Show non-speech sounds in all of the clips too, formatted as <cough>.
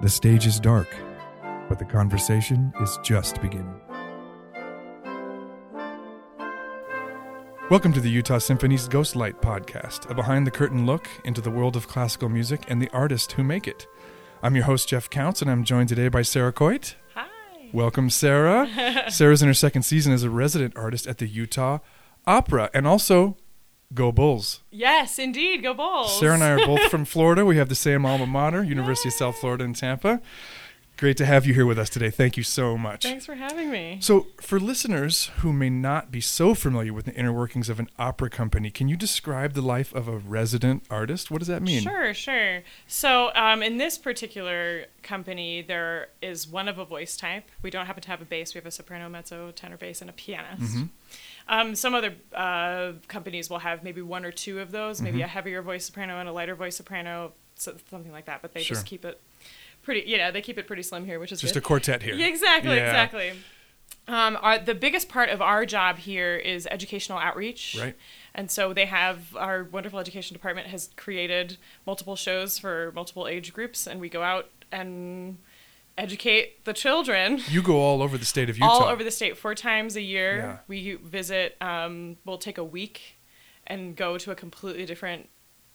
The stage is dark, but the conversation is just beginning. Welcome to the Utah Symphony's Ghostlight Podcast, a behind the curtain look into the world of classical music and the artists who make it. I'm your host, Jeff Counts, and I'm joined today by Sarah Coit. Hi. Welcome, Sarah. Sarah's in her second season as a resident artist at the Utah Opera and also Go Bulls. Yes, indeed. Go Bulls. Sarah and I are <laughs> both from Florida. We have the same alma mater, University of South Florida in Tampa. Great to have you here with us today. Thank you so much. Thanks for having me. So, for listeners who may not be so familiar with the inner workings of an opera company, can you describe the life of a resident artist? What does that mean? Sure, sure. So, um, in this particular company, there is one of a voice type. We don't happen to have a bass. We have a soprano, mezzo, tenor bass, and a pianist. Mm-hmm. Um, some other uh, companies will have maybe one or two of those, Mm-hmm. maybe a heavier voice soprano and a lighter voice soprano, so, something like that. But they Sure. just keep it pretty. You know, they keep it pretty slim here, which is Just good. a quartet here. Yeah, exactly, Yeah. exactly. Um, our, the biggest part of our job here is educational outreach. Right. And so they have our wonderful education department has created multiple shows for multiple age groups, and we go out and educate the children You go all over the state of Utah. all over the state four times a year. Yeah. We visit, um, we'll take a week and go to a completely different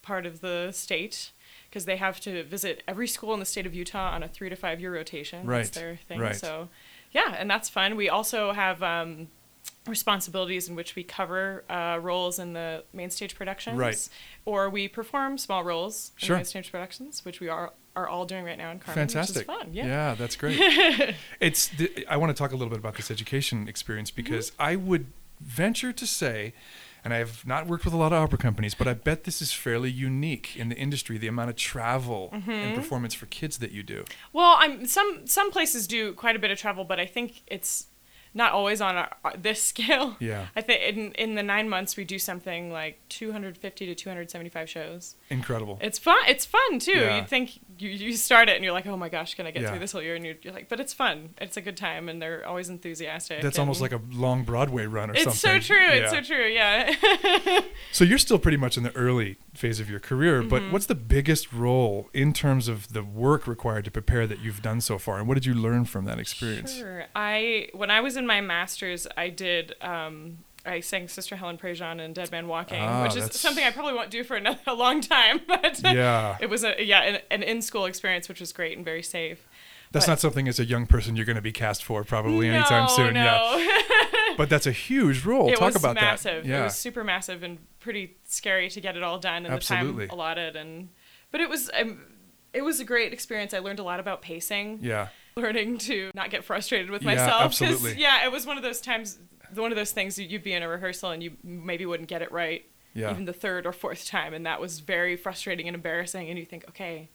part of the state because they have to visit every school in the state of Utah on a three to five year rotation. Right, That's their thing. right. So, yeah, and that's fun. We also have um, responsibilities in which we cover uh, roles in the main stage productions. Right. Or we perform small roles in Sure. main stage productions, which we are, are all doing right now in Carmen. Fantastic. Which is fun. that's <laughs> great. it's the, I want to talk a little bit about this education experience Mm-hmm. because I would venture to say and I've not worked with a lot of opera companies, but I bet this is fairly unique in the industry, the amount of travel Mm-hmm. and performance for kids that you do. Well, I'm some some places do quite a bit of travel, but I think it's not always on our, our- this <laughs> scale. Yeah. I think in in the nine months we do something like 250 to 275 shows. Incredible. It's fun. It's fun too. Yeah. You'd think you you start it and you're like, oh my gosh, can I get Yeah. through this whole year? And you're, you're like, but it's fun. It's a good time, and they're always enthusiastic. That's almost like a long Broadway run or It's something. so true. It's Yeah. so true. Yeah. So you're still pretty much in the early phase of your career, Mm-hmm. but what's the biggest role in terms of the work required to prepare that you've done so far, and what did you learn from that experience? Sure. I when I was in my master's, I did. Um, I sang Sister Helen Prejean and Dead Man Walking, Ah, which is that's- something I probably won't do for another, a long time. <laughs> But Yeah. it was a yeah an, an in school experience, which was great and very safe. That's But- not something as a young person you're going to be cast for probably anytime No, soon. Yeah. No, But that's a huge role. <laughs> it Talk was about massive. that. Yeah. It was super massive and pretty scary to get it all done in Absolutely. the time allotted. And but it was um, it was a great experience. I learned a lot about pacing. yeah. learning to not get frustrated with Yeah, myself <laughs> 'cause, absolutely. yeah it was one of those times one of those things that you'd be in a rehearsal and you maybe wouldn't get it right Yeah. even the third or fourth time and that was very frustrating and embarrassing and you think okay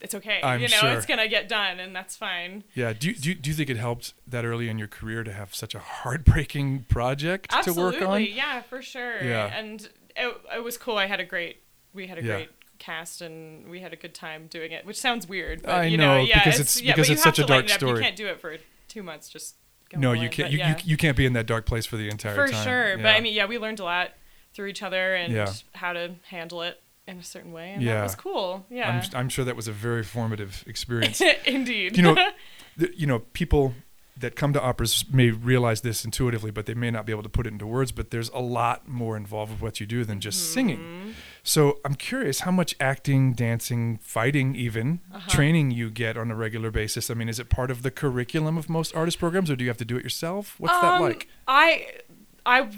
it's okay I'm you know sure. it's gonna get done and that's fine Yeah. Do you, do, you, do you think it helped that early in your career to have such a heartbreaking project absolutely to work on? yeah for sure Yeah. and it, it was cool i had a great we had a Yeah. great cast and we had a good time doing it which sounds weird but I you know, know, yeah because it's- yeah, because but you it's have such a to lighten dark it up. story. you can't do it for two months just go No, all you in, can't. but You, yeah. you, you can't be in that dark place for the entire for time. sure but Yeah. i mean yeah we learned a lot through each other and Yeah. how to handle it in a certain way and Yeah. that was cool yeah I'm, I'm sure that was a very formative experience. <laughs> indeed you know, <laughs> th- you know, people that come to operas may realize this intuitively, but they may not be able to put it into words. But there's a lot more involved with what you do than just singing. So I'm curious how much acting, dancing, fighting, even training you get on a regular basis. I mean, is it part of the curriculum of most artist programs, or do you have to do it yourself? What's that Um, like? i i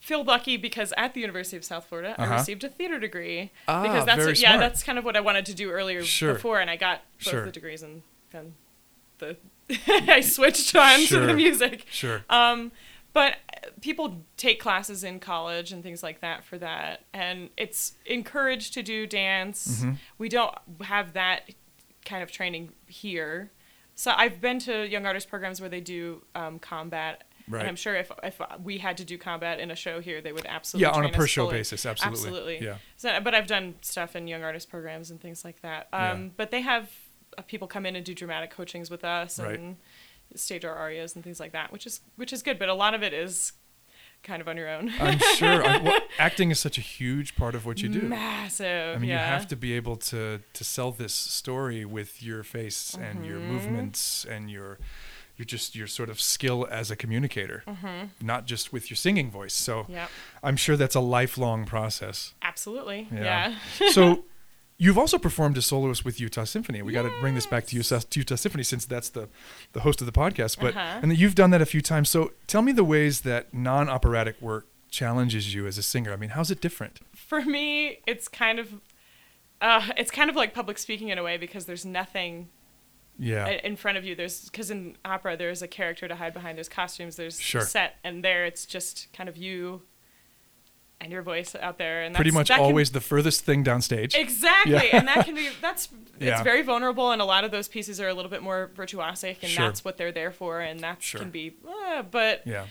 feel lucky because at the university of south florida Uh-huh. i received a theater degree Ah, because that's very what, yeah smart. that's kind of what i wanted to do earlier Sure. before and i got both Sure. the degrees and then the <laughs> i switched on to Sure. the music Sure. Um, but people take classes in college and things like that for that, and it's encouraged to do dance. Mm-hmm. We don't have that kind of training here. So I've been to young artist programs where they do um, combat. Right. And I'm sure if, if we had to do combat in a show here, they would absolutely yeah, on a train us per show fully. basis, absolutely. Absolutely. Yeah. So, but I've done stuff in young artist programs and things like that. Um, Yeah. But they have uh, people come in and do dramatic coachings with us Right. and stage our arias and things like that, which is which is good. But a lot of it is kind of on your own. I'm sure I, well, acting is such a huge part of what you do. Massive. I mean, yeah. you have to be able to to sell this story with your face and your Mm-hmm. movements and your your just your sort of skill as a communicator, Mm-hmm. not just with your singing voice. So Yeah. I'm sure that's a lifelong process. Absolutely. Yeah. Yeah. <laughs> so you've also performed as soloist with Utah Symphony. We got to bring this back to Utah, to Utah Symphony since that's the the host of the podcast. But Uh-huh. and you've done that a few times. So tell me the ways that non operatic work challenges you as a singer. I mean, how's it different? For me, it's kind of uh, it's kind of like public speaking in a way because there's nothing Yeah. i- in front of you. There's because in opera there's a character to hide behind. There's costumes. There's a Sure. set, and there it's just kind of you and your voice out there. And Pretty that's, much that can- always the furthest thing <laughs> downstage. Exactly, Yeah. and that can be that's it's Yeah. very vulnerable, and a lot of those pieces are a little bit more virtuosic, and Sure. that's what they're there for, and that Sure. can be. Uh, but yeah.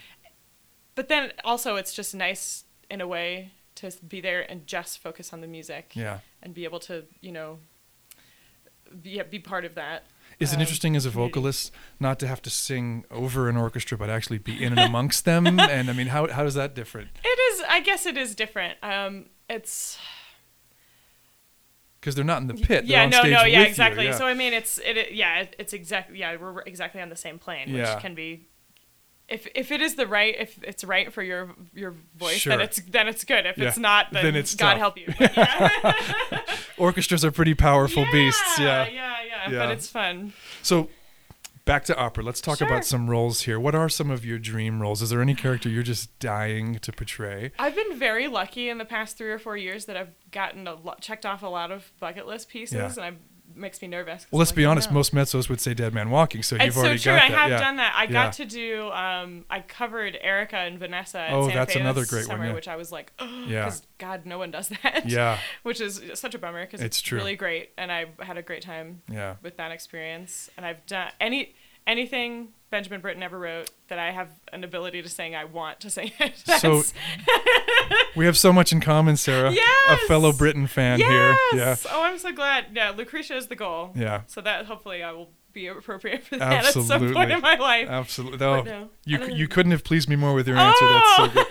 but then also it's just nice in a way to be there and just focus on the music, Yeah. and be able to you know be be part of that. Is it um, interesting as a community. vocalist not to have to sing over an orchestra, but actually be in and amongst <laughs> them? And I mean, how how does that different? It is, I guess, it is different. Um, it's Because they're not in the pit. they're yeah, on no, stage no, yeah, with you, exactly. yeah. So I mean, it's it, it- yeah, it- it's exactly yeah, we're exactly on the same plane, which Yeah. can be. If, if it is the right if it's right for your your voice Sure. then it's then it's good if Yeah. it's not then, Then it's tough. God <laughs> help you But yeah. Orchestras are pretty powerful beasts. yeah Yeah. yeah Yeah. but it's fun So back to opera. Let's talk Sure. about some roles here. What are some of your dream roles? Is there any character you're just dying to portray? I've been very lucky in the past three or four years that I've gotten a lot checked off a lot of bucket list pieces Yeah. and I makes me nervous 'cause Well, I'm let's like, be "Oh, honest. no." Most mezzos would say "Dead Man Walking," so you've it's already so true. got I that. have yeah. done that. I Yeah. got to do. Um, I covered Erica and Vanessa. At Oh, Santa that's Fe another this great one, summer, yeah. Which I was like, oh, Yeah. God, no one does <laughs> that. Yeah. which is such a bummer because It's it's, true. really great, and I had a great time Yeah. with that experience. And I've done any anything Benjamin Britten ever wrote that I have an ability to sing. I want to sing it. <laughs> So That's- we have so much in common, Sarah. A Yes! fellow Britain fan here. Yeah. yes. Oh, I'm so glad. Yeah, Lucretia is the goal. Yeah. So that hopefully I will be appropriate for that at some point Absolutely. in my life. Absolutely. Though no. you I don't you know. Oh! couldn't have pleased me more with your answer. That's so good.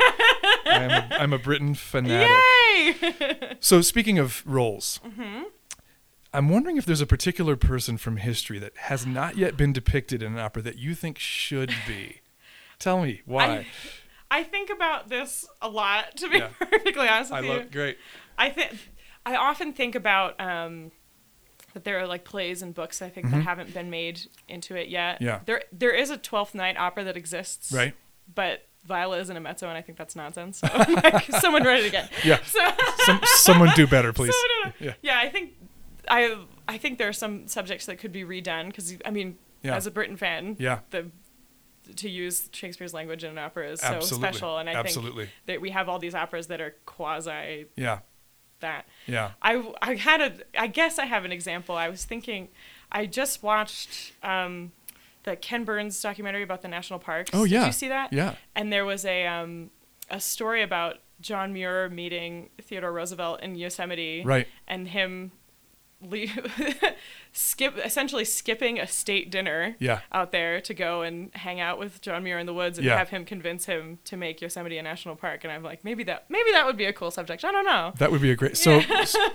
I'm <laughs> a, I'm a Britain fanatic. Yay! <laughs> So speaking of roles, Mm-hmm. I'm wondering if there's a particular person from history that has not yet been depicted in an opera that you think should be. Tell me why. I think about this a lot, <laughs> to be Yeah. perfectly honest I, with you. love great. I think I often think about um, that there are like plays and books I think that haven't been made into it yet. Mm-hmm. Yeah. There there is a Twelfth Night opera that exists. Right. But Viola isn't a mezzo, and I think that's nonsense. So <laughs> I'm like, someone write it again. <laughs> Yeah. <laughs> So. Some, someone do better, please. <laughs> So, no, no. Yeah. Yeah. I think I I think there are some subjects that could be redone because I mean, Yeah. as a Britain fan, Yeah. the to use Shakespeare's language in an opera is so Absolutely. special, and I Absolutely. think that we have all these operas that are quasi Yeah. that. Yeah. I I had a I guess I have an example. I was thinking, I just watched um, the Ken Burns documentary about the national parks. Oh, yeah. Did you see that? Yeah. And there was a um, a story about John Muir meeting Theodore Roosevelt in Yosemite. Right. And him. le- <laughs> skip essentially skipping a state dinner Yeah. out there to go and hang out with John Muir in the woods and Yeah. have him convince him to make Yosemite a national park and I'm like maybe that maybe that would be a cool subject I don't know That would be a great. So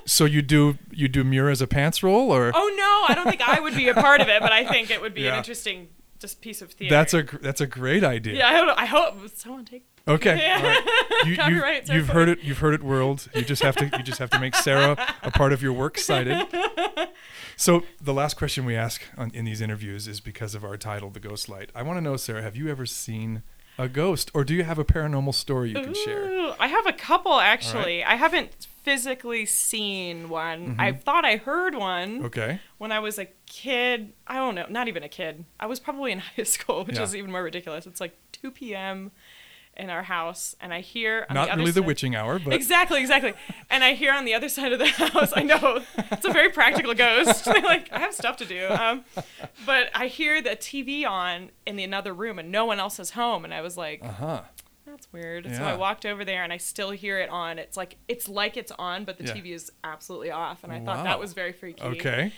so you do you do Mira as a pants role or Oh no, I don't think I would be a part of it, but I think it would be Yeah. an interesting just piece of theater. that's a gr- that's a great idea. yeah. I, don't, I hope someone take. Okay. Yeah. all <laughs> right. You, Copyrights have are you've heard it. You've heard it, world. You just have to. You just have to make Sarah a part of your work <laughs> cited. So the last question we ask on, in these interviews is because of our title, "The Ghost Light." I want to know, Sarah, have you ever seen a ghost, or do you have a paranormal story you can share? Ooh, I have a couple actually. I haven't physically seen one. I thought I heard one Mm-hmm. Okay. when I was a kid. I don't know, not even a kid. I was probably in <laughs> high school, which Yeah. is even more ridiculous. It's like 2 p.m. in our house, and I hear on Not the other really the side- witching hour, but Exactly, exactly. And I hear on the other side of the <laughs> house, I know it's a very practical ghost. <laughs> They're like, I have stuff to do. Um, but I hear the TV on in the another room and no one else is home. And I was like, huh? that's weird. So Yeah. I walked over there and I still hear it on. It's like, it's like it's on, but the Yeah. TV is absolutely off. And I Wow. thought that was very freaky. Okay.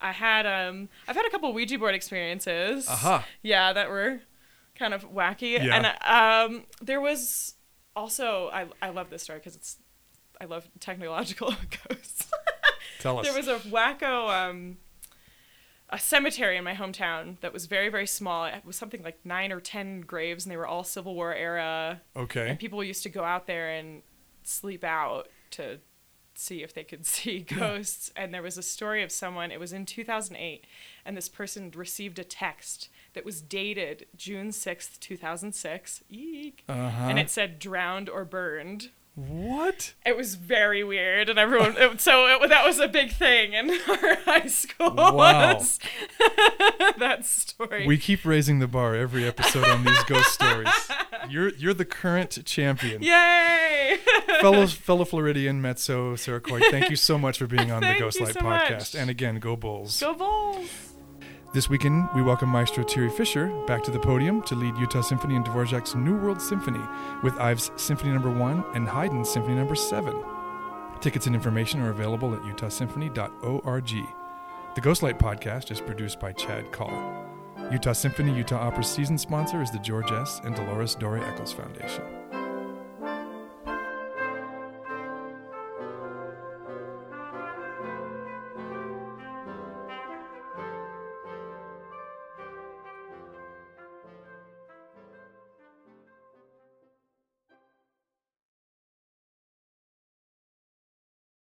I had, um, I've had a couple Ouija board experiences. Aha. Yeah, that were kind of wacky. Uh-huh. Yeah. And, um, there was, also, I, I love this story because it's I love technological <laughs> ghosts. Tell us. there was a wacko um, a cemetery in my hometown that was very very small. It was something like nine or ten graves, and they were all Civil War era. okay. And people used to go out there and sleep out to see if they could <laughs> see ghosts. And there was a story of someone, it was in 2008, and this person received a text that was dated June 6th, 2006. Eek. Uh-huh. And it said drowned or burned. what? It was very weird, and everyone. It, so it, that was a big thing in <laughs> our high school. Wow. Was <laughs> that story? We keep raising the bar every episode on these ghost stories. <laughs> You're you're the current champion. Yay! <laughs> fellow fellow Floridian Mezzo Seroquoy, thank you so much for being on the <laughs> Thank Ghost you Light so much. podcast. And again, go Bulls. Go Bulls! This weekend, we welcome Maestro Thierry Fisher back to the podium to lead Utah Symphony and Dvorak's New World Symphony with Ives Symphony Number 1 and Haydn's Symphony Number 7. Tickets and information are available at utahsymphony.org. The Ghostlight podcast is produced by Chad Call. Utah Symphony Utah Opera season sponsor is the George S. and Dolores Dory Eccles Foundation.